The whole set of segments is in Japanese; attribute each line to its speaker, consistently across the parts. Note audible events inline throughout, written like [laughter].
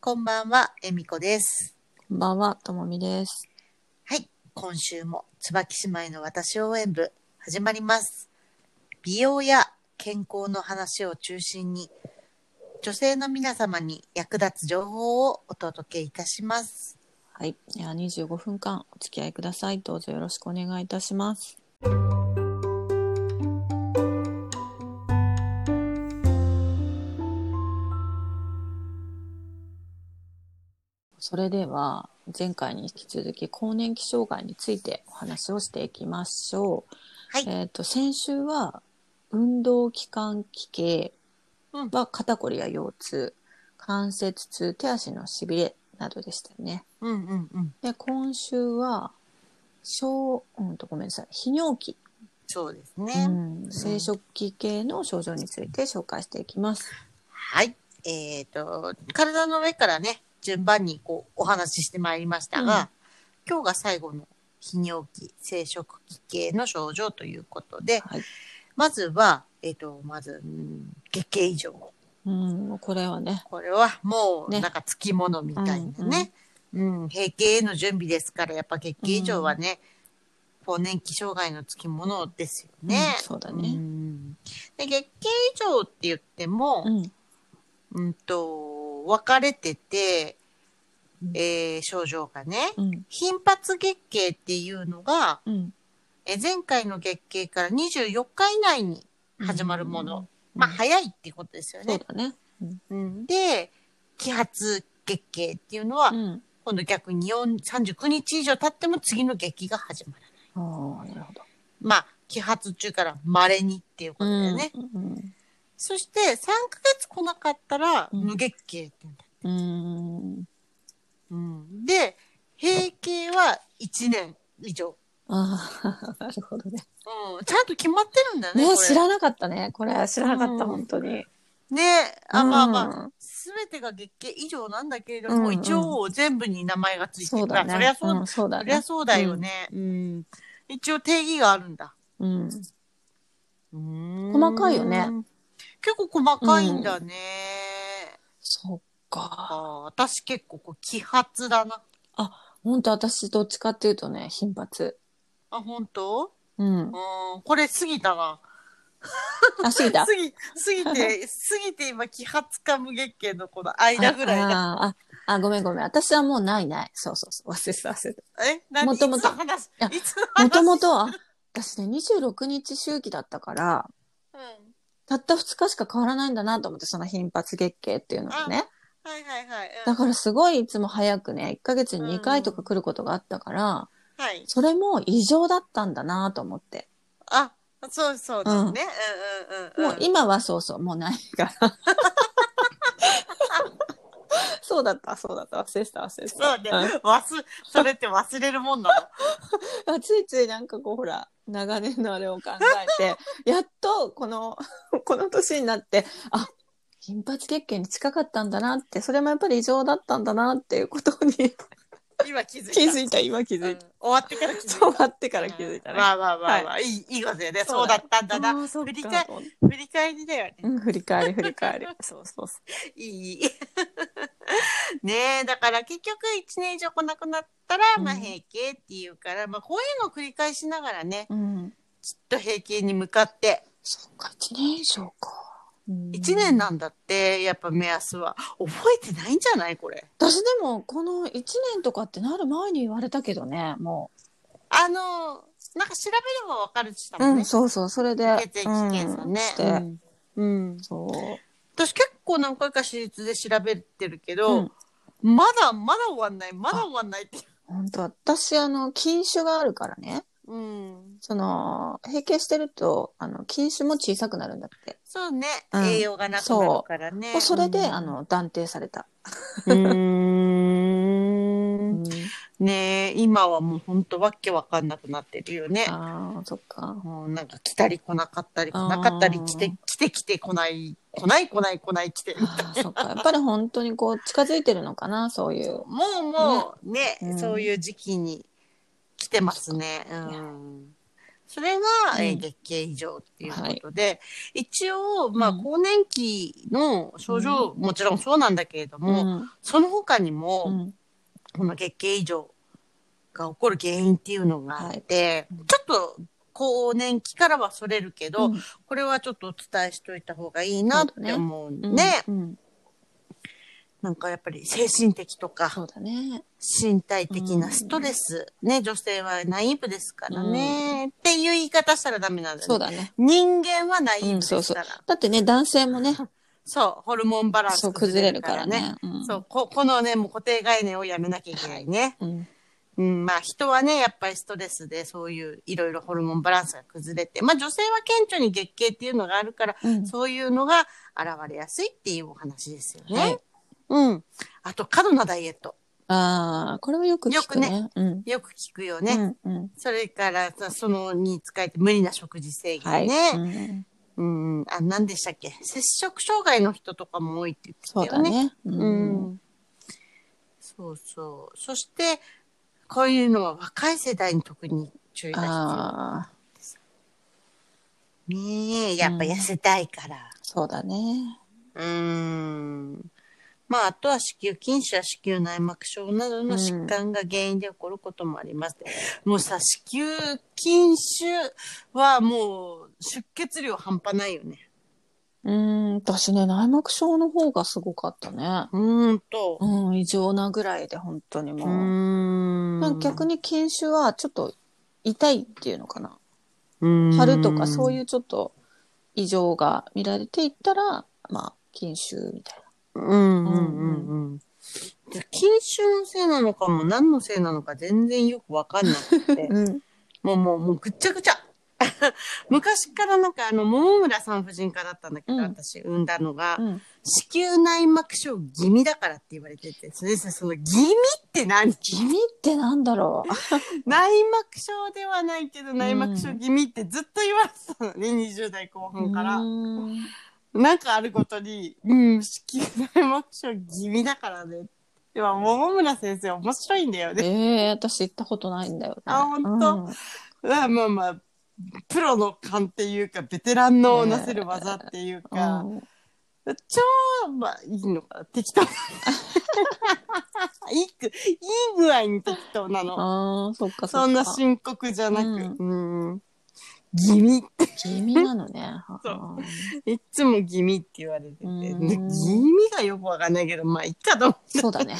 Speaker 1: こんばんは、えみこです。
Speaker 2: こんばんは、ともみです。
Speaker 1: はい、今週も椿姉妹の私応援部始まります。美容や健康の話を中心に、女性の皆様に役立つ情報をお届けいたします。
Speaker 2: はい、では25分間お付き合いください。どうぞよろしくお願いいたします。それでは前回に引き続き更年期障害についてお話をしていきましょう。
Speaker 1: はい
Speaker 2: えっ、と先週は運動器官器系
Speaker 1: うん
Speaker 2: は肩こりや腰痛、関節痛、手足のしびれなどでしたよね。
Speaker 1: うんうんうん。
Speaker 2: で、今週は、小、うんと、ごめんなさい、泌尿器、
Speaker 1: そうです
Speaker 2: う
Speaker 1: ね。
Speaker 2: ん、生殖器系の症状について紹介していきます。
Speaker 1: はい。えっ、と、体の上からね、順番にこうお話ししてまいりましたが、今日が最後の泌尿器、生殖器系の症状ということで、
Speaker 2: はい。
Speaker 1: まずは、えっ、と、まず、うん月経異常。
Speaker 2: うん、もうこれはね、
Speaker 1: これはもう、
Speaker 2: ね
Speaker 1: なんかつきものみたいなね。うん、閉経への準備ですから、やっぱ月経異常はね、更年期障害のつきものですよね。
Speaker 2: うんそうだ
Speaker 1: う
Speaker 2: ね。
Speaker 1: んで月経異常って言っても、
Speaker 2: うん、
Speaker 1: うんと、分かれてて
Speaker 2: うん、
Speaker 1: えー症状がね、
Speaker 2: うん、
Speaker 1: 頻発月経っていうのが、
Speaker 2: うん。
Speaker 1: えー前回の月経から24日以内に始まるもの。
Speaker 2: うん。
Speaker 1: まあ、早いっていうことですよ
Speaker 2: そう
Speaker 1: ね。
Speaker 2: だね。
Speaker 1: うん、で、揮発月経っていうのは、
Speaker 2: うん。
Speaker 1: 今度逆に4 39日以上経っても次の月が始まる。
Speaker 2: ああ、なるほど。
Speaker 1: まあ、揮発中から稀にっていうことだよね。
Speaker 2: うん。
Speaker 1: そして、3ヶ月来なかったら、
Speaker 2: うん
Speaker 1: 無月経って言うんだ。
Speaker 2: うん。
Speaker 1: うんで、閉経は1年以上。
Speaker 2: あ [laughs] あ、なるほどね。
Speaker 1: うん、ちゃんと決まってるんだね。こ
Speaker 2: ね、
Speaker 1: れ
Speaker 2: 知らなかったね。これ、知らなかった、
Speaker 1: うん
Speaker 2: 本当に。
Speaker 1: ねあ、まあまあ、
Speaker 2: あ。
Speaker 1: すべてが月経以上なんだけれど
Speaker 2: うん
Speaker 1: も、
Speaker 2: うん
Speaker 1: 一応全部に名前がついて
Speaker 2: そう
Speaker 1: るから、
Speaker 2: だね。
Speaker 1: そりゃそうだ、
Speaker 2: んそうだ
Speaker 1: そりゃ
Speaker 2: ね。
Speaker 1: そうだよね。うん。一応定義があるんだ。
Speaker 2: うん。
Speaker 1: 細
Speaker 2: 細かいよね。
Speaker 1: 結構細かいんだね。
Speaker 2: そっか。
Speaker 1: あー私結構こう、揮発だな。
Speaker 2: 本当私どっちかっていうとね頻発
Speaker 1: あ、本当 [laughs]
Speaker 2: うん
Speaker 1: うん、これ過ぎたな。
Speaker 2: あ過ぎた
Speaker 1: 過ぎ、過ぎ
Speaker 2: [laughs]
Speaker 1: て、過ぎて今、揮発か無月経のこの間ぐらいだ。
Speaker 2: あああごめんごめん私はもうないないそうそうそう忘れてた忘れて
Speaker 1: え何
Speaker 2: もともと
Speaker 1: いつの話
Speaker 2: や
Speaker 1: いつの
Speaker 2: た
Speaker 1: [laughs] 話
Speaker 2: もともとは私ね26日周期だったから
Speaker 1: うん。
Speaker 2: たった2日しか変わらないんだなと思ってその頻発月経っていうのがね
Speaker 1: はいはいはい。うん
Speaker 2: だからすごいいつも早くね1ヶ月に2回とか来ることがあったから
Speaker 1: はい。
Speaker 2: それも異常だったんだなと思って
Speaker 1: あ、そうそうですね。うんうんうんうん。
Speaker 2: もう今はそうそうもうない
Speaker 1: [laughs]
Speaker 2: からそうだったそうだった忘れてた忘れてた
Speaker 1: そうね。
Speaker 2: ん
Speaker 1: 忘、それって忘れるもんなの。
Speaker 2: [laughs] あついついなんかこうほら長年のあれを考え
Speaker 1: [laughs]
Speaker 2: てやっとこの [laughs] この年になってあ頻発月経に近かったんだなってそれもやっぱり異常だったんだなっていうことに [laughs]
Speaker 1: 今気づいた。
Speaker 2: 気づいた今気づ
Speaker 1: う
Speaker 2: い
Speaker 1: ん
Speaker 2: た、
Speaker 1: 終わってから気づいた。
Speaker 2: そう終わってから気づいたね。
Speaker 1: まあまあまあまあ、いい、いいことだよね。そ
Speaker 2: そうう
Speaker 1: だ
Speaker 2: だ
Speaker 1: ったんだな。
Speaker 2: あーそっか
Speaker 1: 振り返
Speaker 2: と思って
Speaker 1: 振り返りだよね。
Speaker 2: うん、振
Speaker 1: [laughs]
Speaker 2: り返り振り返りそうそうそ
Speaker 1: い
Speaker 2: [laughs]
Speaker 1: い。ねえ、だから結局1年以上来なくなったら、まあ
Speaker 2: うん
Speaker 1: 閉経っていうから、まあこういうのを繰り返しながらね、
Speaker 2: う、うん、
Speaker 1: きっと閉経に向かって、
Speaker 2: そっか1年以上か、うん
Speaker 1: 1年なんだって、やっぱ目安は。覚えてないんじゃないこれ。
Speaker 2: 私でもこの1年とかってなる前に言われたけどねも
Speaker 1: あの、なんか調べればわかるしだ
Speaker 2: う、
Speaker 1: もん
Speaker 2: う
Speaker 1: ね
Speaker 2: ん、。そうそうそれで
Speaker 1: 血液検査ね
Speaker 2: うんして、
Speaker 1: うん。
Speaker 2: そう
Speaker 1: 私結構何回か手術で調べてるけ
Speaker 2: う
Speaker 1: ど
Speaker 2: ん、
Speaker 1: まだまだ終わんない、まだ終わんないって。
Speaker 2: 本当私あの禁酒があるからね
Speaker 1: うん。
Speaker 2: その閉経してるとあの禁酒も小さくなるんだって、
Speaker 1: そうね。
Speaker 2: うん
Speaker 1: 栄養がなくなるからね。
Speaker 2: もうそれで、
Speaker 1: うん
Speaker 2: あ、の断定された、
Speaker 1: うーんねえ、今はもう本当わけわかんなくなってるよね。
Speaker 2: ああそっか
Speaker 1: もうなんか来たり来なかったり来なかったり
Speaker 2: あー
Speaker 1: 来て、来て来て来ない、来ない来ない来ない来て。
Speaker 2: あーそっかやっぱり本当にこう近づいてるのかなそういう
Speaker 1: もうもうね、
Speaker 2: うん
Speaker 1: そういう時期に来てますね。うん。それが、えー
Speaker 2: うん
Speaker 1: 月経異常っていうことで、一応、まあ、
Speaker 2: うん
Speaker 1: 更年期の症状、もちろんそうなんだけれども、
Speaker 2: ん
Speaker 1: その他にも、
Speaker 2: うん
Speaker 1: この月経異常が起こる原因っていうのがあって、
Speaker 2: はいうん
Speaker 1: ちょっと更年期からはそれるけど、
Speaker 2: うん
Speaker 1: これはちょっとお伝えしといた方がいいなっ
Speaker 2: そうだね
Speaker 1: て思うね。
Speaker 2: うん
Speaker 1: なんかやっぱり精神的とか
Speaker 2: そうだね。
Speaker 1: 身体的なストレス、ね、女性はナイーブですからね、っていう言い方したらダメなんだ
Speaker 2: そう
Speaker 1: よね。
Speaker 2: だね。
Speaker 1: 人間はナイーブですから、
Speaker 2: うんそ
Speaker 1: そうう
Speaker 2: だってね、男性もね、
Speaker 1: ホルモンバラン
Speaker 2: そ
Speaker 1: ス
Speaker 2: う崩れるからね。
Speaker 1: そうここのねもう固定概念をやめなきゃいけないね。
Speaker 2: うん。うん。
Speaker 1: うん、まあ人はね、やっぱりストレスでそういういろいろホルモンバランスが崩れて、まあ女性は顕著に月経っていうのがあるから、
Speaker 2: うん
Speaker 1: そういうのが現れやすいっていうお話ですよね。
Speaker 2: はい
Speaker 1: うん。あと過度なダイエット。
Speaker 2: ああ、これはよく聞くね。うん。
Speaker 1: よく聞くよね。
Speaker 2: うん。うん。
Speaker 1: それからさ、そのに使えて無理な食事制
Speaker 2: は
Speaker 1: 限
Speaker 2: い。
Speaker 1: ね。
Speaker 2: うん
Speaker 1: うん、あ、何でしたっけ摂食障害の人とかも多いって言ってた
Speaker 2: そ
Speaker 1: よ
Speaker 2: うだね。う
Speaker 1: う。んそうそう。そして、こういうのは若い世代に特に注意が必要。
Speaker 2: ああ、
Speaker 1: ねえ、やっぱ痩せたいから。
Speaker 2: そうだね。
Speaker 1: うーん。まあ、あとは子宮筋腫や子宮内膜症などの疾患が原因で起こることもあります。もうさ、子宮筋腫はもう出血量半端ないよね。
Speaker 2: うーん、私ね、内膜症の方がすごかったね。
Speaker 1: うーんと。
Speaker 2: うん、異常なぐらいで、本当にもう。
Speaker 1: ん
Speaker 2: なんか逆
Speaker 1: に、
Speaker 2: に禁酒はちょっと痛いっていうのかな
Speaker 1: 春。
Speaker 2: 春とかそういううちょっと異常が見られていったらまあ禁酒みたい
Speaker 1: うんうんうんうん。で筋腫のせいなのかも何のせいなのか全然よくわかんなくて。
Speaker 2: な、うん、
Speaker 1: もうもうもうぐっちゃ
Speaker 2: [laughs]
Speaker 1: ぐちゃ。昔からなんかあの桃村産婦人科だったんだけど、
Speaker 2: うん
Speaker 1: 私産んだのが、
Speaker 2: うん
Speaker 1: 子宮内膜症気味だからって言われてて、それでさその気味って何
Speaker 2: 地味ってなんだろう
Speaker 1: 内膜症ではないけど内膜
Speaker 2: う
Speaker 1: 症
Speaker 2: ん
Speaker 1: 気味ってずっと言われてたのね、20代後半から。
Speaker 2: うん
Speaker 1: なんかあるごとに、うん、子宮内膜症気味だからね。でも桃村先生面白いんだよね。
Speaker 2: ええ私行ったことないんだよね
Speaker 1: あほんとまあまあまあ、プロの勘っていうか、ベテランのなせる技っていう
Speaker 2: うん
Speaker 1: か、
Speaker 2: うん
Speaker 1: 超、まあ、いいのかな、適当。いいく、いい具合に適当なの。
Speaker 2: あーそっかそっか
Speaker 1: そんな深刻じゃなく、
Speaker 2: う
Speaker 1: うん。ギミって、
Speaker 2: 地味なのね
Speaker 1: そう
Speaker 2: あー
Speaker 1: いっつもギミって言われてて、
Speaker 2: うん
Speaker 1: ギミがよくわかんないけど、まあ、いっかと思って。
Speaker 2: そうだね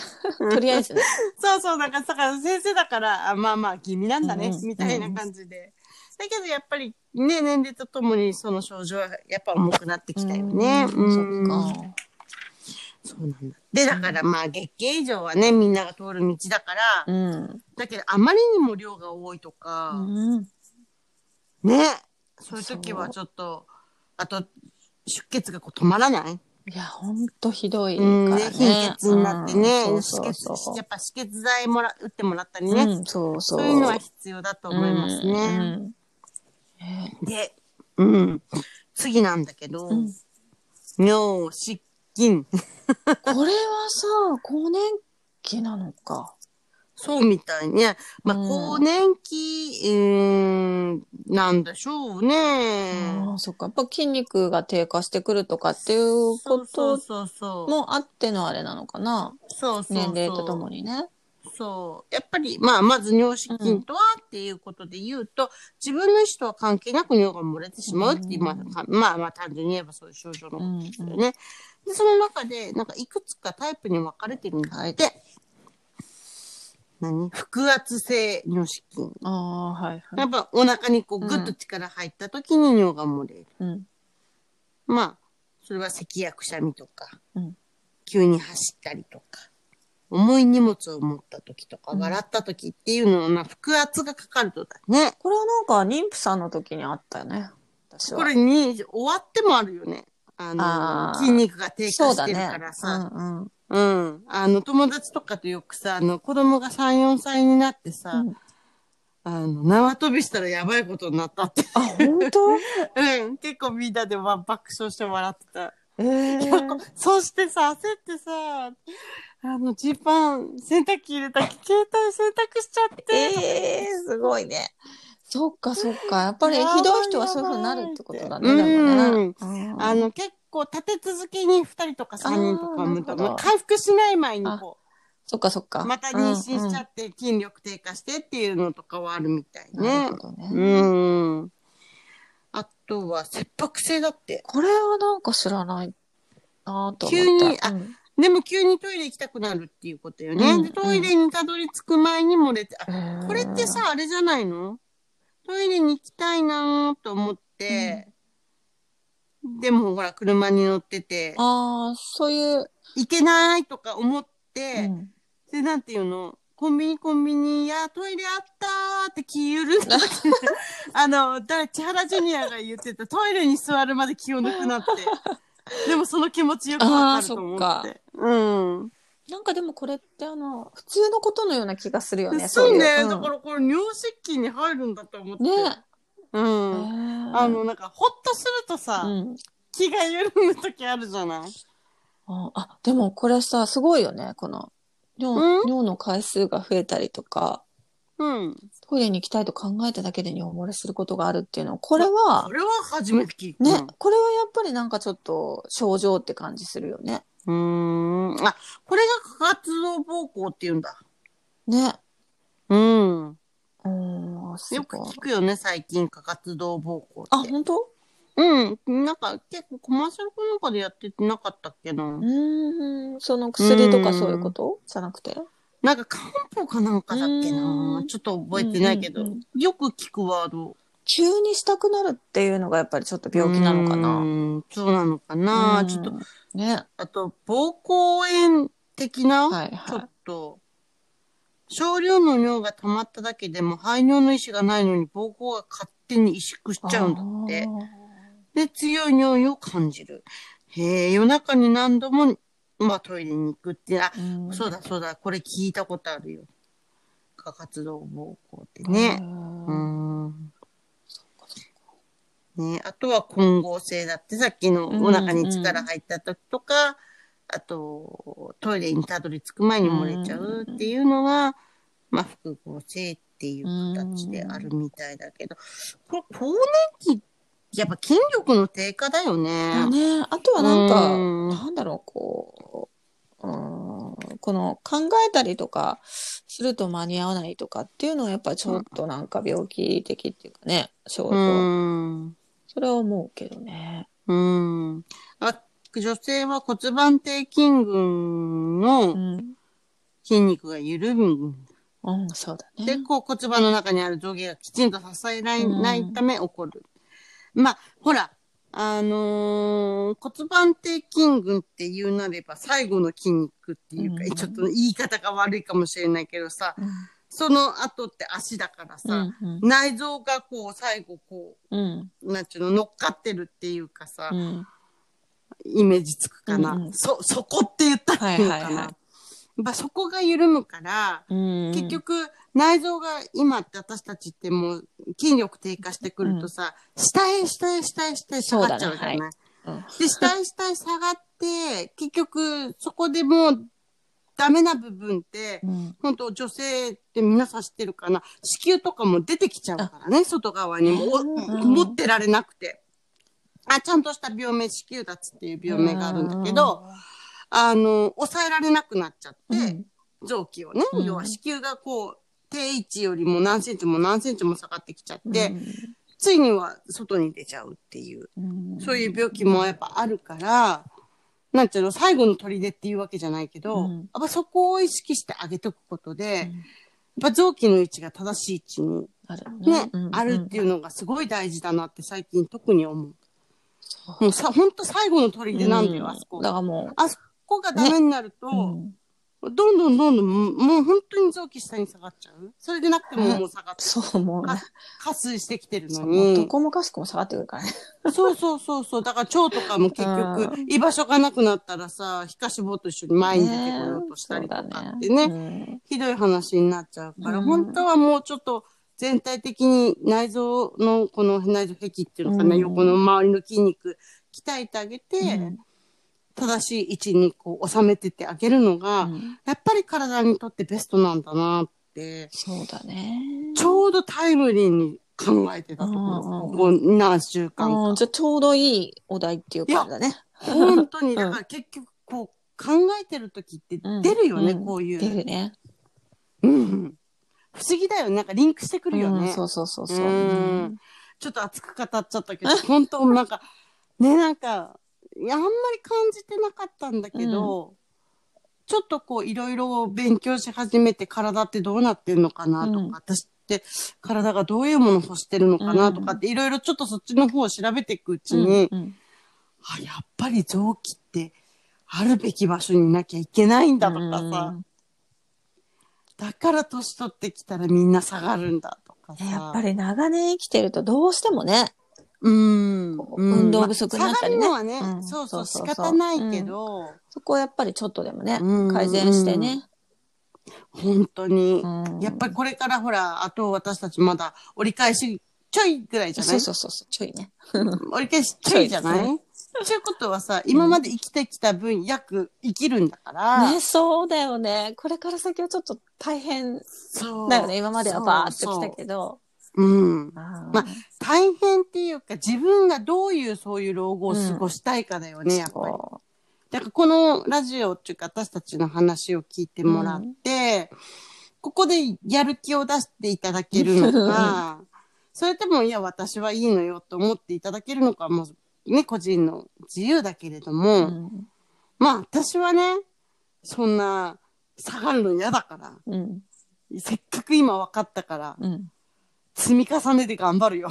Speaker 2: とりあえ [laughs] ずね
Speaker 1: そうそう、なんか、だから先生だから、あまあまあ、気味なんだね、
Speaker 2: うん
Speaker 1: みたいな感じで。だけど、やっぱり、ね、年齢とともに、その症状は、やっぱ重くなってきたよね。
Speaker 2: うん
Speaker 1: うん
Speaker 2: そっか
Speaker 1: そうなんだ。で、だから、まあ、月経以上はね、みんなが通る道だから、
Speaker 2: うん、
Speaker 1: だけど、あまりにも量が多いとか、
Speaker 2: うん、
Speaker 1: ね、そういう時はちょっと、あと、出血がこう止まらない
Speaker 2: いやほんとひどいか
Speaker 1: うん、
Speaker 2: ら
Speaker 1: ね
Speaker 2: ね、
Speaker 1: 貧血になってね、
Speaker 2: うん
Speaker 1: 止
Speaker 2: そうそうそう
Speaker 1: 血、やっぱ止血剤もら、打ってもらったりね、
Speaker 2: うん、そうそう。
Speaker 1: そういうのは必要だと思いますね。
Speaker 2: うんね
Speaker 1: で、うん。次なんだけど、
Speaker 2: うん
Speaker 1: 尿失禁。
Speaker 2: これはさ、更年期なのか。
Speaker 1: そうみたいね。まあ、
Speaker 2: うん
Speaker 1: 更年期、うーん、なんでしょうね。
Speaker 2: ああ、そっか。やっぱ筋肉が低下してくるとかっていう
Speaker 1: そ
Speaker 2: こ
Speaker 1: うそう
Speaker 2: と
Speaker 1: そうそう。
Speaker 2: もあってのあれなのかな。
Speaker 1: そうそうそう
Speaker 2: 年齢とともにね。
Speaker 1: そう。やっぱり、まあ、まず尿失禁とはっていうことで言うと、自分の意思とは関係なく尿が漏れてしまうっていう、
Speaker 2: うん
Speaker 1: まあ、かまあ、まあ、単純に言えばそういう症状の
Speaker 2: う
Speaker 1: こと
Speaker 2: ん、
Speaker 1: だよね。で、その中で、なんかいくつかタイプに分かれてるんだって。何腹圧性尿失禁。
Speaker 2: ああ、はいは
Speaker 1: や
Speaker 2: い。
Speaker 1: っぱお腹にこう
Speaker 2: うん
Speaker 1: ぐっと力入った時に尿が漏れる。
Speaker 2: うん。
Speaker 1: まあ、それは咳やくしゃみとか、
Speaker 2: うん
Speaker 1: 急に走ったりとか、重い荷物を持った時とか、
Speaker 2: うん
Speaker 1: 笑った時っていうのはな、腹圧がかかるとだね。
Speaker 2: これはなんか妊婦さんの時にあったよね。私は。
Speaker 1: これに終わってもあるよね。あの、
Speaker 2: あー
Speaker 1: 筋肉が低下
Speaker 2: そう
Speaker 1: し
Speaker 2: だ
Speaker 1: て
Speaker 2: ね
Speaker 1: るからさ。。
Speaker 2: うんうん。
Speaker 1: うん。あの、友達とかとよくさ、あの、子供が3、4歳になってさ、
Speaker 2: うん
Speaker 1: あの、縄跳びしたらやばいことになったって。
Speaker 2: あ、本当
Speaker 1: [laughs] うん。結構みんなでわ爆笑して笑ってた。
Speaker 2: ええ
Speaker 1: いやこそしてさ、焦ってさ、あの、ジーパン、洗濯機入れたら携帯洗濯しちゃって、
Speaker 2: ええすごいね。そっかそっか。やっぱりひ
Speaker 1: やばい
Speaker 2: どい人はそういうふうになるってことだね。
Speaker 1: やばい
Speaker 2: で
Speaker 1: うん
Speaker 2: もね。うん
Speaker 1: あの、結構立て続けに2人とか3人と
Speaker 2: あ
Speaker 1: か
Speaker 2: ー
Speaker 1: 産むと
Speaker 2: なるほど
Speaker 1: 回復しない前にこ
Speaker 2: そっかそっか。
Speaker 1: うまた妊娠しちゃ
Speaker 2: っ
Speaker 1: って筋力低下してっていうのとかはあるみたい
Speaker 2: うんうんな
Speaker 1: ね
Speaker 2: るほ。どね。
Speaker 1: うん。あとは切迫性だって。
Speaker 2: これはなんか知らないなぁと思った。
Speaker 1: 急にあ
Speaker 2: うん
Speaker 1: でも急にトイレ行きたくなるっていうことよね。
Speaker 2: うん
Speaker 1: でトイレにたどり着く前にもれて、あ、これって、
Speaker 2: へ
Speaker 1: さ、あれじゃないのトイレに行きたいなーと思って、でもほら、車に乗ってて
Speaker 2: ー、ああ、そういう、
Speaker 1: 行けないとか思って、
Speaker 2: うん
Speaker 1: で、なんていうのコンビニコンビニ、いや、トイレあったーって気ゆるんだ [laughs] あの、だ、千原ジュニアが言ってた、トイレに座るまで気を抜くなって。
Speaker 2: [laughs]
Speaker 1: でもその気持ちよくわかると思っ
Speaker 2: あーそ
Speaker 1: て。うん。
Speaker 2: なんかでもこれってあの、普通のことのような気がするよね。
Speaker 1: そうね。
Speaker 2: い
Speaker 1: だからこれ尿失禁に入るんだと思って。
Speaker 2: うんね
Speaker 1: うん。あ
Speaker 2: あ
Speaker 1: の、なんか、ほっとするとさ、
Speaker 2: うん、
Speaker 1: 気が緩むときあるじゃない
Speaker 2: ああ、でもこれさ、すごいよね。この、
Speaker 1: う
Speaker 2: 尿
Speaker 1: ん
Speaker 2: 尿の回数が増えたりとか、
Speaker 1: うん。
Speaker 2: トイレに行きたいと考えただけで尿漏れすることがあるっていうのは、これは
Speaker 1: そ、れは初めて聞いた。
Speaker 2: ね、これはやっぱりなんかちょっと症状って感じするよね。
Speaker 1: うん。うーん。あ、これが過活動膀胱って言うんだ。
Speaker 2: ね。
Speaker 1: うん。
Speaker 2: うん、あす
Speaker 1: よく
Speaker 2: ごい
Speaker 1: 聞くよね、最近、過活動膀胱
Speaker 2: あ、
Speaker 1: って。
Speaker 2: 本当
Speaker 1: うん。なんか、結構コマーシャルかなんかでやっててなかったっけな
Speaker 2: う。ーん、その薬とかそういうことじゃなくて。
Speaker 1: なんか、漢方かなんかだっけ
Speaker 2: う。
Speaker 1: なんちょっと覚えてないけど、
Speaker 2: うんうん
Speaker 1: よく聞くワード。
Speaker 2: 急にしたくなるっていうのがやっぱりちょっと病気なのか
Speaker 1: う
Speaker 2: な。
Speaker 1: ん。そうなのかな。
Speaker 2: うん
Speaker 1: ちょっと、。
Speaker 2: ね。
Speaker 1: あと、膀胱炎的な、
Speaker 2: はい
Speaker 1: ちょ
Speaker 2: は
Speaker 1: っと、少量の尿が溜まっただけでも排尿の意思がないのに膀胱が勝手に萎縮し
Speaker 2: い。
Speaker 1: ちゃうんだって
Speaker 2: あ。
Speaker 1: で、強い尿意を感じる。へえ、夜中に何度も、まあトイレに行くって、あ、
Speaker 2: ー。うん
Speaker 1: そうだそうだ、これ聞いたことあるよ。過活動膀胱ってね。。うー
Speaker 2: うん
Speaker 1: ん。ね、あとは混合性だって、さっきの
Speaker 2: うん
Speaker 1: お腹に力入った時とか、あと、トイレにたどり着く前に漏れちゃうっていうのが、まあ、複合性っていう形であるみたいだけど、これ、更年期、やっぱ筋力の低下だよ
Speaker 2: だ
Speaker 1: ね。
Speaker 2: ね。あとはなんか、
Speaker 1: うん
Speaker 2: なんだろう、こう、うーんこの考えたりとかすると間に合わないとかっていうのはやっぱちょっとなんか病気的っていうかね、症
Speaker 1: う
Speaker 2: 状。
Speaker 1: ん。
Speaker 2: それは思うけどね。
Speaker 1: うん。あ女性は骨盤底筋群
Speaker 2: う
Speaker 1: の
Speaker 2: ん。
Speaker 1: 筋肉が緩む
Speaker 2: うん、そうだ
Speaker 1: で、
Speaker 2: ね。
Speaker 1: こう骨盤の中にある上下がきちんと支えられないため起こる。まあ、ほら、あのー骨盤底筋群って言うなれば最後の筋肉っていうか、
Speaker 2: うん
Speaker 1: ちょっと言い方が悪いかもしれないけどさ、
Speaker 2: う
Speaker 1: その後って足だから
Speaker 2: ん。う
Speaker 1: さ、
Speaker 2: んうん
Speaker 1: 内臓がこう最後こ
Speaker 2: うん。
Speaker 1: う、なんちゅうの、乗っかってるっていうかさ、
Speaker 2: うん。
Speaker 1: イメージつくかな。
Speaker 2: うんうん
Speaker 1: そ、そこって言ったらいいのかな。
Speaker 2: はいはいはい
Speaker 1: まあそこが緩むから、
Speaker 2: うん
Speaker 1: 結、局内臓が今って私たちってもう筋力低下してくるとさ、下へ下へ下へ下へ下がっちゃうじゃない、
Speaker 2: そうだねはい
Speaker 1: で下へ下へ下がって結局そこでもうダメな部分って
Speaker 2: うん、
Speaker 1: 本当女性って皆さん知ってるかな子宮とかも出てきちゃうからね外側にも、お
Speaker 2: うん
Speaker 1: 持ってられなくてあちゃんとした病名子宮脱っていう病名があるんだけど、あの抑えられなくなっちゃって、
Speaker 2: うん、
Speaker 1: 臓器をね、
Speaker 2: うん
Speaker 1: 要は子宮がこう、定位置よりも何センチも何センチも下がってきちゃって、ついには外に出ちゃうっていう、
Speaker 2: うん、
Speaker 1: そういう病気もやっぱあるから、なんていうの、最後の砦っていうわけじゃないけど、
Speaker 2: うん
Speaker 1: やっぱそこを意識してあげとくことで、や
Speaker 2: う
Speaker 1: っ
Speaker 2: ん
Speaker 1: ぱ臓器の位置が正しい位置に
Speaker 2: あるね
Speaker 1: ね、あるっていうのがすごい大事だなって最近特に思う。もうさ、ほんと最後の砦なんだよ、あそこ
Speaker 2: だ。からも
Speaker 1: あそこがダメになると、
Speaker 2: う、うん
Speaker 1: どんどんどんどん、もう本当に臓器下に下がっちゃう。それでなくても
Speaker 2: はい
Speaker 1: もう下がって、
Speaker 2: そう思うね。
Speaker 1: 加水してきてる
Speaker 2: そ
Speaker 1: の
Speaker 2: うもうど
Speaker 1: に。
Speaker 2: こもかしこも下がってくるからね。
Speaker 1: そうそうそうそう。だから腸とかも結局
Speaker 2: う、
Speaker 1: 居場所がなくなったらさ、皮下脂肪と一緒に前に出てこようとしたりとかってね、
Speaker 2: ね。
Speaker 1: ひどい話になっちゃうから、
Speaker 2: うん
Speaker 1: 本当はもうちょっと全体的に内臓のこの内臓壁っていうのかな、
Speaker 2: うん
Speaker 1: 横の周りの筋肉鍛えてあげて、
Speaker 2: うん
Speaker 1: 正しい位置にこう収めてってあげるのが、
Speaker 2: うん
Speaker 1: やっぱり体にとってベストなんだなって、
Speaker 2: そうだね。
Speaker 1: ちょうどタイムリーに考えてたところ、
Speaker 2: うんうんうん
Speaker 1: ここ何週間
Speaker 2: あー
Speaker 1: か。
Speaker 2: じゃあちょうどいいお題っていう感じだね。
Speaker 1: 本
Speaker 2: [laughs]
Speaker 1: 当に、
Speaker 2: ん
Speaker 1: だから結局こう考えてる時って出るよね、
Speaker 2: うん
Speaker 1: こういう。
Speaker 2: 出るね。
Speaker 1: うんうん不思議だよね。なんかリンクしてくるよ
Speaker 2: う
Speaker 1: ね
Speaker 2: ん。そうそうそうそう。
Speaker 1: うんちょっと熱く語っちゃったけど、 [laughs] 本当なんか、ね、なんか、いや、あんまり感じてなかったんだけど、ちょっとこう、いろいろ勉強し始めて、体ってどうなってんのかなとか、
Speaker 2: うん
Speaker 1: 私って体がどういうもの欲してるのかなとかって、いろいろちょっとそっちの方を調べていくうちに、
Speaker 2: うんうん
Speaker 1: あ、やっぱり臓器って、あるべき場所にいなきゃいけないんだとかさ、だから年取ってきたらみんな下がるんだとか
Speaker 2: う
Speaker 1: さ。
Speaker 2: んやっぱり長年生きてるとどうしてもね、
Speaker 1: うん
Speaker 2: こう運動不足になったりね
Speaker 1: まあ下がるのはね、
Speaker 2: うん
Speaker 1: そうそう、
Speaker 2: そ
Speaker 1: 仕
Speaker 2: うそうそう
Speaker 1: 方ないけど、
Speaker 2: そこはやっぱりちょっとでもね、
Speaker 1: うん
Speaker 2: 改善してね。
Speaker 1: 本当に、
Speaker 2: うん
Speaker 1: やっぱりこれからほら、あと私たちまだ折り返しちょいぐらいじゃな
Speaker 2: そ
Speaker 1: いう
Speaker 2: そうそうそう、ちょいね。
Speaker 1: 折り返しちょいじゃない
Speaker 2: ちょいです
Speaker 1: ということはさ、今まで生きてきた分、約生きるんだから、
Speaker 2: ね、そうだよね。これから先はちょっと大変
Speaker 1: そう
Speaker 2: だよね。今まではバーってきた
Speaker 1: ど。
Speaker 2: けど。
Speaker 1: うん。
Speaker 2: あ
Speaker 1: ま
Speaker 2: ー
Speaker 1: あ大変っていうか、自分がどういうそういう老後を過ごしたいかだよね、やっぱり。
Speaker 2: そ
Speaker 1: だからこのラジオっていうか私たちの話を聞いてもらって、ここでやる気を出していただけるの
Speaker 2: [laughs]
Speaker 1: か、それともいや私はいいのよと思っていただけるのかもうね、個人の自由だけれど
Speaker 2: う
Speaker 1: も、
Speaker 2: うん
Speaker 1: まあ私はね、そんな下がるの嫌だから、
Speaker 2: うん
Speaker 1: せっかく今分かったから、
Speaker 2: うん
Speaker 1: 積み重ねて頑張るよ。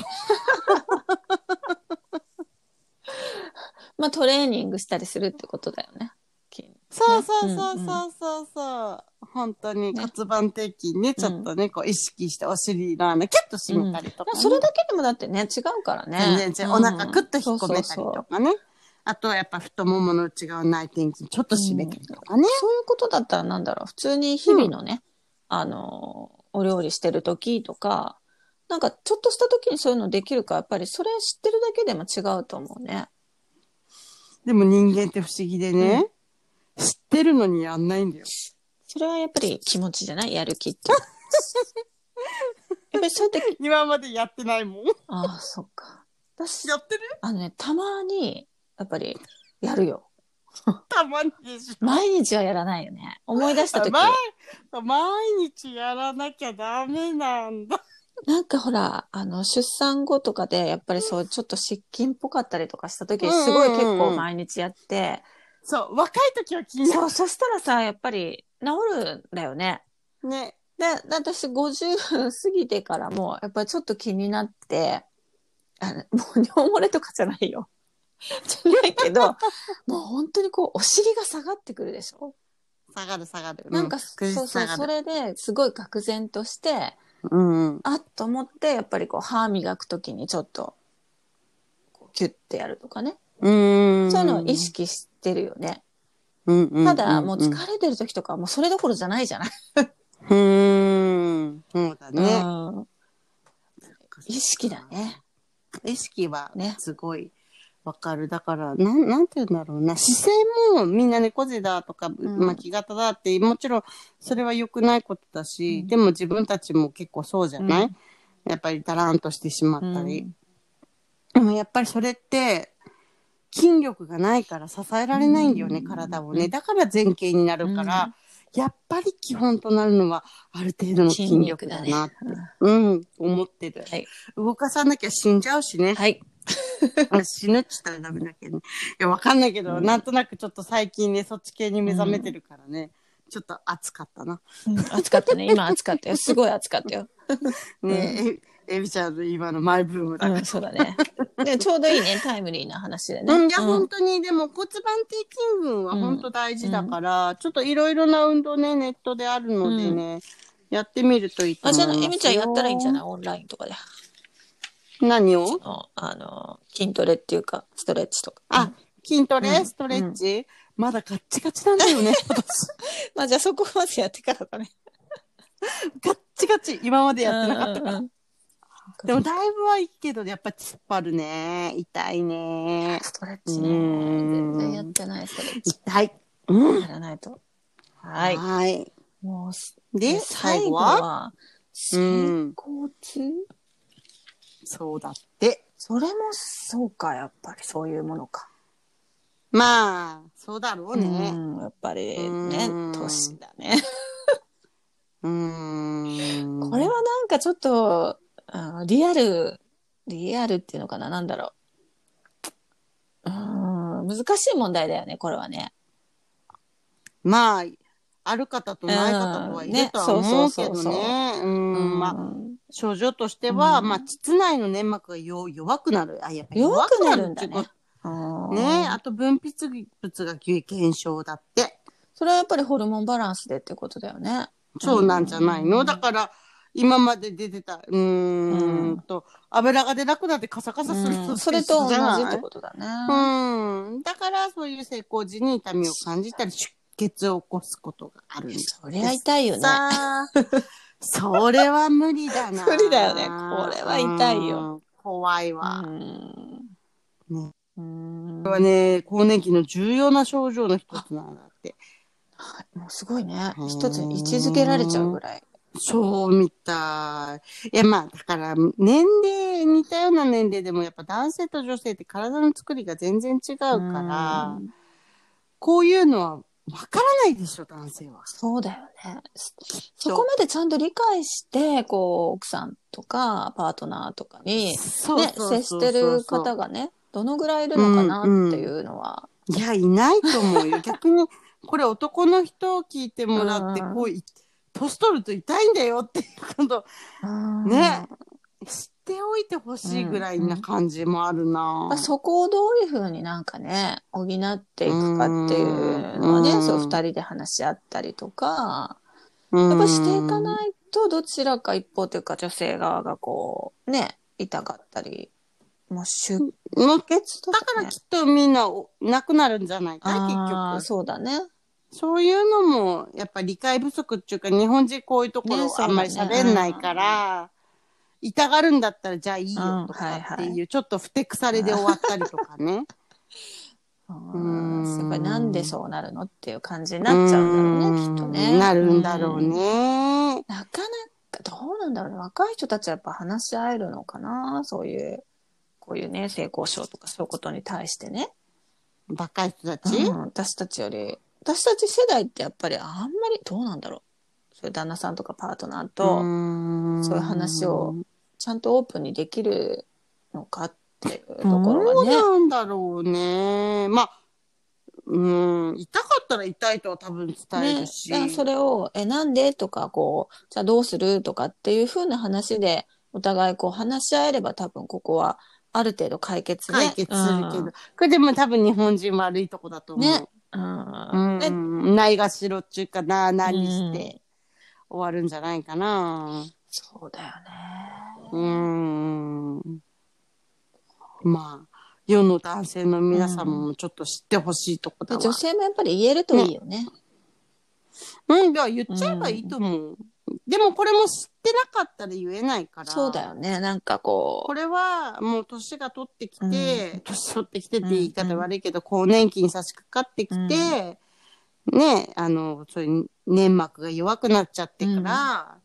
Speaker 2: まあトレーニングしたりするってことだよね。筋
Speaker 1: そうそうそうそうそうそう。本当に
Speaker 2: ね
Speaker 1: 骨盤底筋ね、ちょっとね、こう意識してお尻の穴キュッと締めたりとか、ね
Speaker 2: まあそれだけでもだってね、違うからね。
Speaker 1: 全然違うお腹クッと引っ込め
Speaker 2: う
Speaker 1: た
Speaker 2: ん
Speaker 1: り
Speaker 2: そうそうそ
Speaker 1: と
Speaker 2: う
Speaker 1: かね。あとはやっぱ太ももの内側の内転筋ちょっと締めたりとかね。
Speaker 2: そういうことだったらなんだろう。普通に日々のね、あの、お料理してる時とか、なんかちょっとした時にそういうのできるから、やっぱりそれ知ってるだけでも違うと思うね。
Speaker 1: でも人間って不思議でね、知ってるのにやんないんだよ。
Speaker 2: それはやっぱり気持ちじゃないやる
Speaker 1: [laughs]
Speaker 2: 気って。やっぱりそうやって、
Speaker 1: 今までやってないもん。
Speaker 2: ああ、そっか。私、
Speaker 1: やってる
Speaker 2: あのね、たまに、やっぱり、やるよ。
Speaker 1: たまにでしょ。
Speaker 2: 毎日はやらないよね。思い出した時。
Speaker 1: 毎毎日やらなきゃダメなんだ。
Speaker 2: なんかほら、あの、出産後とかで、やっぱりそう、ちょっと失禁っぽかったりとかした時、
Speaker 1: うんうんうんうん
Speaker 2: すごい結構毎日やって、
Speaker 1: そう、若い時は気にな
Speaker 2: そう、そしたらさ、やっぱり治るんだよね。
Speaker 1: るね。
Speaker 2: で、で私50過ぎてからも、やっぱりちょっと気になって、あの、もう尿漏れとかじゃないよ。じゃないけど、もう本当にこう、お尻が下がってくるでしょ
Speaker 1: 下がる下がる。
Speaker 2: なんか、
Speaker 1: う
Speaker 2: そうそう、
Speaker 1: 下が
Speaker 2: そ
Speaker 1: る
Speaker 2: れですごい愕然として、
Speaker 1: うん。
Speaker 2: あっと思って、やっぱりこう、歯磨くときにちょっと、こうキュッてやるとかね。
Speaker 1: うん。
Speaker 2: そういうのを意識してるよね。
Speaker 1: うんうんうんうん。
Speaker 2: ただ、もう疲れてるときとかはもうそれどころじゃないじゃない、
Speaker 1: うん。そうだね。
Speaker 2: うん意識だね。
Speaker 1: 意識は
Speaker 2: ね
Speaker 1: すごいわかる。だから、なん、なんて言うんだろうな。姿勢もみんな猫背だとか、
Speaker 2: ん
Speaker 1: 巻き型だって、もちろんそれは良くないことだし、
Speaker 2: うん
Speaker 1: でも自分たちも結構そうじゃない、
Speaker 2: う
Speaker 1: やっぱりだらんとしてしまったり。でもやっぱりそれって、筋力がないから支えられないんだよね、
Speaker 2: うん
Speaker 1: 体をね。だから前傾になるから、やっぱり基本となるのは、ある程度の筋力だなって、うん、思ってる。
Speaker 2: はい
Speaker 1: 動かさなきゃ死んじゃうしね。
Speaker 2: はい。
Speaker 1: あ死ぬっつったらダメだけどね。いや、わかんないけど、
Speaker 2: うん
Speaker 1: なんとなくちょっと最近ね、そっち系に目覚めてるからね。ちょっと暑かったな。
Speaker 2: うん暑かったね。今暑かったよ。すごい暑
Speaker 1: [laughs]
Speaker 2: かったよ。
Speaker 1: ねえ、えエビちゃんの今のマイブームだ
Speaker 2: う
Speaker 1: から
Speaker 2: ん、そうだね。でちょうどいいね。タイムリーな話でね。
Speaker 1: うん、いや、
Speaker 2: うん
Speaker 1: 本当に、でも骨盤底筋群は本当大事だから、ちょっといろいろな運動ね、ネットであるのでね、やってみるといいと
Speaker 2: あ、
Speaker 1: 思
Speaker 2: じゃ
Speaker 1: い
Speaker 2: あ
Speaker 1: ます
Speaker 2: な、
Speaker 1: よ。
Speaker 2: えみちゃんやったらいいんじゃないオンラインとかで。
Speaker 1: 何を
Speaker 2: のあの、筋トレっていうか、ストレッチとか。
Speaker 1: あ、筋トレ、
Speaker 2: うん
Speaker 1: ストレッチ、まだガッチガチなんだ
Speaker 2: [laughs]
Speaker 1: よね、私。
Speaker 2: まあじゃあそこまでやってからだね。
Speaker 1: ガッチガチ、今までやってなかったから。
Speaker 2: うんうんうん
Speaker 1: でも、だいぶはいいけど、やっぱ突っ張るね。痛いね。
Speaker 2: ストレッチ
Speaker 1: う
Speaker 2: ね。
Speaker 1: ん
Speaker 2: 全然やってないストレッチ。
Speaker 1: 痛い。うん。
Speaker 2: やらないと。は
Speaker 1: はいい。。
Speaker 2: もうす、
Speaker 1: で、最
Speaker 2: 最後
Speaker 1: 後はう
Speaker 2: は、最
Speaker 1: ん
Speaker 2: 高痛
Speaker 1: そうだって。
Speaker 2: それもそうか、やっぱりそういうものか。
Speaker 1: まあ、そうだろう
Speaker 2: う
Speaker 1: ね。
Speaker 2: ん、やっぱりね
Speaker 1: うん、
Speaker 2: 年だね。
Speaker 1: うーん。
Speaker 2: これはなんかちょっと、あのリアル、リアルっていうのかな、なんだろう。うーん、難しい問題だよね、これはね。
Speaker 1: まあ、ある方とない方とはいるとは思うけ
Speaker 2: う
Speaker 1: ど
Speaker 2: んねそうそうそう
Speaker 1: ね。うん、まあ、
Speaker 2: あ、
Speaker 1: 症状としては、
Speaker 2: うん
Speaker 1: まあ、膣内の粘膜がよ弱くなる。あ、やっぱり
Speaker 2: 弱くなるんだ
Speaker 1: 弱くな
Speaker 2: ね
Speaker 1: るってこと
Speaker 2: うん
Speaker 1: ね。あと、分泌物が減少だって。
Speaker 2: それはやっぱりホルモンバランスでっていうことだよね。
Speaker 1: そうなんじゃないの、
Speaker 2: うん
Speaker 1: だから、今まで出てた、うーんと、油が出なくなってカサカサする
Speaker 2: うん
Speaker 1: と、
Speaker 2: それと同じ
Speaker 1: じゃ
Speaker 2: っ
Speaker 1: な
Speaker 2: て
Speaker 1: い
Speaker 2: ことだ
Speaker 1: う
Speaker 2: ね。
Speaker 1: ん。だから、そういう性交時に痛みを感じたり、出血を起こすことがあるんだ。
Speaker 2: そりゃ痛いよね。
Speaker 1: さあ、それは無理だな。
Speaker 2: 無理だよねこれは痛いよ
Speaker 1: うん。怖いわ。
Speaker 2: うん
Speaker 1: ね
Speaker 2: うん
Speaker 1: これはね、更年期の重要な症状の一つなんだって。
Speaker 2: もうすごいね
Speaker 1: うん。
Speaker 2: 一つに位置づけられちゃうぐらい。
Speaker 1: そうみたい。いや、まあ、だから、年齢、似たような年齢でも、やっぱ男性と女性って体の作りが全然違うから、
Speaker 2: うん
Speaker 1: こういうのはわからないでしょ、男性は。
Speaker 2: そうだよね。そそこまでちゃんと理解して、こう、奥さんとか、パートナーとかに、
Speaker 1: そ
Speaker 2: ね、接してる方
Speaker 1: が。
Speaker 2: がね、どのぐらいいるのかなっていうのは。
Speaker 1: いや、いないと思
Speaker 2: [laughs]
Speaker 1: うよ。逆に、これ男の人を聞いてもらって、
Speaker 2: うん
Speaker 1: こうい、年取ると痛いんだよっていうこと、
Speaker 2: うん
Speaker 1: ね知っておいてほしいぐらいな感じもあるな、
Speaker 2: まあそこをどういうふうになんかね、補っていくかっていうのは
Speaker 1: う
Speaker 2: ね、
Speaker 1: ん
Speaker 2: そう、二人で話し合ったりとか、
Speaker 1: うん
Speaker 2: やっぱしていかないと、どちらか一方というか、女性側がこう、ね、痛かったり、もう出
Speaker 1: もう
Speaker 2: 血と
Speaker 1: だ
Speaker 2: か、
Speaker 1: か
Speaker 2: ね。
Speaker 1: らきっとみんなおなくなるんじゃないか
Speaker 2: あ
Speaker 1: な、
Speaker 2: ー
Speaker 1: 結局。
Speaker 2: そうだね。
Speaker 1: そういうのも、やっぱ理解不足っていうか、日本人こういうところ
Speaker 2: ねそう
Speaker 1: あ
Speaker 2: だね
Speaker 1: んまり喋んないから、痛がるんだったらじゃあいいよとかっていう、
Speaker 2: うんはい
Speaker 1: ちょっとふてくされで終わったりとかね。
Speaker 2: うん
Speaker 1: うん
Speaker 2: やっぱりなんでそうなるのっていう感じになっちゃうんだろうね、
Speaker 1: ん
Speaker 2: きっとね。
Speaker 1: なるんだろうね。
Speaker 2: んなかなか、どうなんだろうね。若い人たちはやっぱ話し合えるのかなそういう、こういうね、性交渉とかそういうことに対してね。
Speaker 1: 若い人たち、
Speaker 2: うん、私たちより、私たち世代ってやっぱりあんまり、どうなんだろう。そういう旦那さんとかパートナーと、
Speaker 1: と
Speaker 2: そういう話をちゃんとオープンにできるのかっていうところがね。
Speaker 1: どうなんだろうね。まあ、うん、痛かったら痛いとは多分伝えるし。
Speaker 2: ね、だからそれを、え、なんでとか、こう、じゃあどうするとかっていう風な話で、お互いこう話し合えれば多分ここはある程度解決ね。
Speaker 1: 解決するけど、
Speaker 2: うん
Speaker 1: これでも多分日本人悪いとこだと思う。
Speaker 2: ねうん。
Speaker 1: う
Speaker 2: で
Speaker 1: ん、ないがしろっちゅうかな、なりして終わるんじゃないかな。
Speaker 2: そうだよ
Speaker 1: う
Speaker 2: ね。
Speaker 1: ん。まあ、世の男性の皆様もちょっと知ってほしいとこだ
Speaker 2: で
Speaker 1: わ。
Speaker 2: 女性もやっぱり言えるといいよね。
Speaker 1: うん、いや、言っちゃえばいいと思う。でもこれも知ってなかったら言えないから。
Speaker 2: そうだよね。なんかこ
Speaker 1: これはもう年が取ってきて、
Speaker 2: うん
Speaker 1: 年取ってきてって言い方悪いけど、更年期に差し掛かってきて、ね、あの、そういう粘膜が弱くなっちゃってから、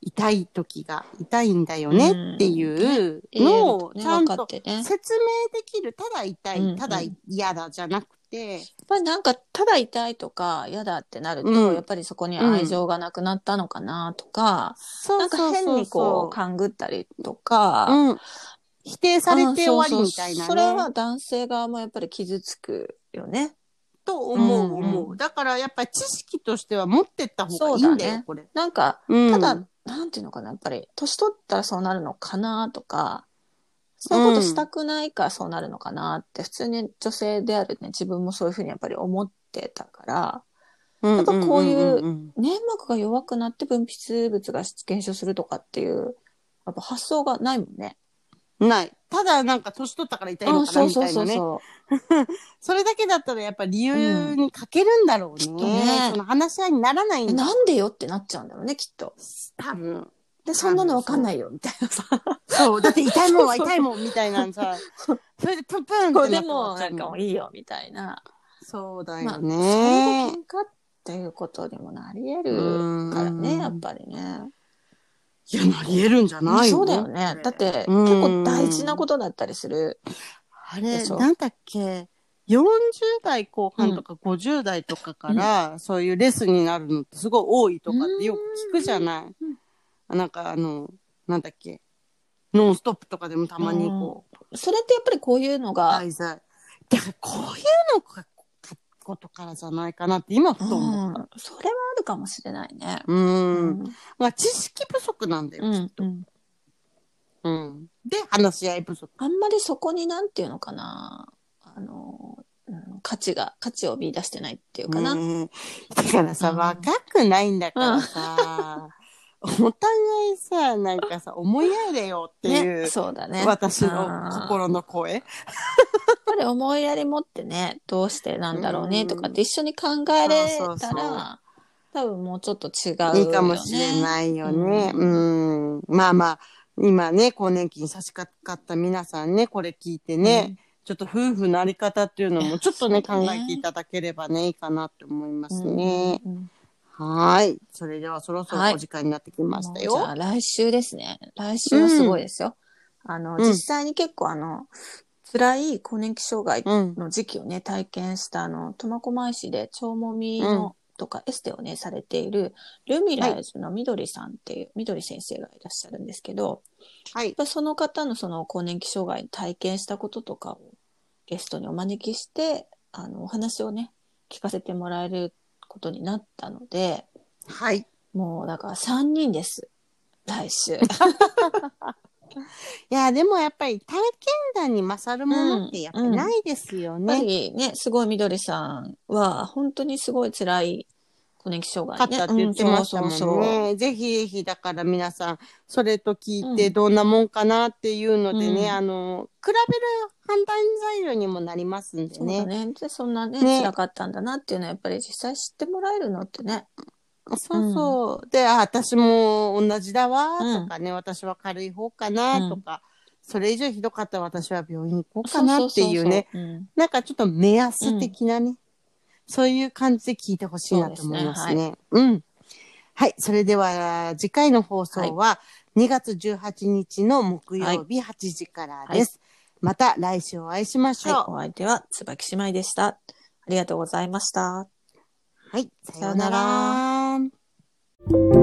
Speaker 1: 痛い時が痛いんだよねっていう
Speaker 2: う、
Speaker 1: のを
Speaker 2: 言える
Speaker 1: ち
Speaker 2: と
Speaker 1: ゃ
Speaker 2: ね、
Speaker 1: ん
Speaker 2: 分かっ
Speaker 1: と
Speaker 2: てね。やっ
Speaker 1: 説明できる。ただ痛
Speaker 2: う
Speaker 1: い、
Speaker 2: ん
Speaker 1: ただ嫌だじゃなくて、
Speaker 2: ぱりなんか、ただ痛いとか、嫌だってなると、
Speaker 1: うん
Speaker 2: やっぱりそこに愛情がなくなったのかなとか、
Speaker 1: そ
Speaker 2: なんか変にこう、勘ぐったりとか、
Speaker 1: う、うん、否定されて終わりみたいなね。
Speaker 2: うんそうそうそれは男性側もやっぱり傷つくよね。
Speaker 1: と思う、
Speaker 2: うんうん
Speaker 1: 思う。だからやっぱり知識としては持ってった方がいい
Speaker 2: そ
Speaker 1: ん
Speaker 2: う
Speaker 1: だ
Speaker 2: だ
Speaker 1: よ、
Speaker 2: ね
Speaker 1: これ。
Speaker 2: なんか、
Speaker 1: た
Speaker 2: ただ、なんていうのかな、やっぱり、年取ったらそうなるのかなとか、そういうことしたくないからそうなるのかなって、普通に女性であるね、自分もそういうふうにやっぱり思ってたから、
Speaker 1: や
Speaker 2: っぱこういうん粘膜が弱くなって分泌物が減少するとかっていう、やっぱ発想がないもんね。
Speaker 1: うんない。ただなんか年取ったから痛いの
Speaker 2: あ
Speaker 1: かな
Speaker 2: そう
Speaker 1: み
Speaker 2: そ
Speaker 1: た
Speaker 2: う
Speaker 1: い
Speaker 2: そ
Speaker 1: な
Speaker 2: う
Speaker 1: ね。
Speaker 2: そ
Speaker 1: それだけだったらやっぱ理由に欠けるんだろうね。
Speaker 2: うんきっとね。
Speaker 1: その話し合いにならないうんだ。
Speaker 2: なんでよってなっちゃうんだろうね、きっと。
Speaker 1: 多分。
Speaker 2: で、そんなのわかんないよ、みたいなさ。
Speaker 1: そう。だって痛いもんは
Speaker 2: そうそう
Speaker 1: 痛いもんみたいなん
Speaker 2: [laughs]
Speaker 1: さ。それでプンプンってな
Speaker 2: こ
Speaker 1: って
Speaker 2: れで
Speaker 1: 終わ
Speaker 2: も
Speaker 1: っちゃ
Speaker 2: な
Speaker 1: うん
Speaker 2: かもういいよみたいな。
Speaker 1: そうだ
Speaker 2: まあ、
Speaker 1: よ
Speaker 2: それが
Speaker 1: ね
Speaker 2: 喧。嘩っていうことにもなり得るか
Speaker 1: う
Speaker 2: ら
Speaker 1: ん
Speaker 2: ね、やっぱりね。
Speaker 1: いいや、なり得るんじゃない
Speaker 2: そうだよね。だって、
Speaker 1: うん
Speaker 2: 結構大事なことだったりする。
Speaker 1: あれ、
Speaker 2: でしょ
Speaker 1: なんだっけ、40代後半とか50代とかから、そういうレスになるのってすごい多いとかってよく聞くじゃない。なんかあの、なんだっけ、ノンストップとかでもたまにこう、
Speaker 2: それってやっぱりこういうのが、
Speaker 1: 題材。だからこういうのが、ことからじゃないかなって今ふと思った。
Speaker 2: うんそれはあるかもしれないね。
Speaker 1: うん
Speaker 2: う。
Speaker 1: まあ知識不足なんだよ、
Speaker 2: う
Speaker 1: きっ
Speaker 2: ん
Speaker 1: と。
Speaker 2: うん
Speaker 1: うん。で、話し合い不足。
Speaker 2: あんまりそこになんていうのかな。あの、うん価値が、価値を見出してないっていうかな。
Speaker 1: ねえだからさ、
Speaker 2: うん
Speaker 1: 若くないんだからさ、お互いさ、なんか
Speaker 2: [laughs]
Speaker 1: さ、思い合えれよっていう、
Speaker 2: ね、そうだね。
Speaker 1: 私
Speaker 2: うん
Speaker 1: の心の声。
Speaker 2: やっぱり思いやり持ってね、どうしてなんだろう
Speaker 1: う
Speaker 2: ね
Speaker 1: ん
Speaker 2: とかって一緒に考えれ
Speaker 1: そうそ
Speaker 2: た
Speaker 1: うそ
Speaker 2: ら、多分もうちょっと違うよね。
Speaker 1: いいかもしれないよね。
Speaker 2: う
Speaker 1: うん。まあまあ、今ね、更年期に差し掛かった皆さんね、これ聞いてね、ちょっと夫婦のあり方っていうのも、ちょっとね、
Speaker 2: いやそう
Speaker 1: 考
Speaker 2: だね
Speaker 1: えていただければね、いいかなって思いま
Speaker 2: うん。
Speaker 1: すね。
Speaker 2: うん
Speaker 1: はーい。それではそろそろ
Speaker 2: はい
Speaker 1: お時間になってきましたよ。
Speaker 2: もうじゃあ来週ですね。来週はすごいですよ。あ
Speaker 1: う
Speaker 2: の、
Speaker 1: ん
Speaker 2: 実際に結構あの、辛い更年期障害
Speaker 1: うん。
Speaker 2: の時期をね、体験したあの、苫小牧市で腸もみの、
Speaker 1: うん
Speaker 2: とかエステをね、されているルミライズのみどりさんっていう、みどり先生がいらっしゃるんですけど、
Speaker 1: はい。
Speaker 2: やっぱその方のその更年期障害に体験したこととかをゲストにお招きして、あの、お話をね、聞かせてもらえることになったので、
Speaker 1: はい。
Speaker 2: もうだから3人です。来
Speaker 1: [laughs]
Speaker 2: 週。
Speaker 1: いや、でもやっぱり体験談に勝るものってやっぱないですよ
Speaker 2: やっぱ
Speaker 1: ね。
Speaker 2: りね、すごいみどりさんは、本当にすごい辛い更年期障害
Speaker 1: 勝
Speaker 2: ね。
Speaker 1: ったって言ってましたもん
Speaker 2: う
Speaker 1: ね。
Speaker 2: んそうそうそう
Speaker 1: ぜひぜひ、だから皆さん、それと聞いうて
Speaker 2: ん
Speaker 1: どんなもんかなっていうのでね、
Speaker 2: うん
Speaker 1: あの、比べる判断材料にもなりますんで
Speaker 2: そうだ
Speaker 1: ね。
Speaker 2: ね。で、そんなね、
Speaker 1: ね
Speaker 2: 辛かったんだなっていうのは、やっぱり実際知ってもらえるのってね。
Speaker 1: そうそう。で、あ、私も同じだわ、とかね、私は軽い方かな、とか、それ以上ひどかったら私は病院行こうかなっていうね、
Speaker 2: そうそうそうそう。うん
Speaker 1: なんかちょっと目安的なね、そういう感じで聞いてほしいなと思いますね。うん。はい。それでは、次回の放送は2月18日の木曜日8時からです。また来週お会いしましょう。
Speaker 2: はい、お相手は椿姉妹でした。ありがとうございました。
Speaker 1: はい。さよう
Speaker 2: さ
Speaker 1: な
Speaker 2: よう
Speaker 1: ら。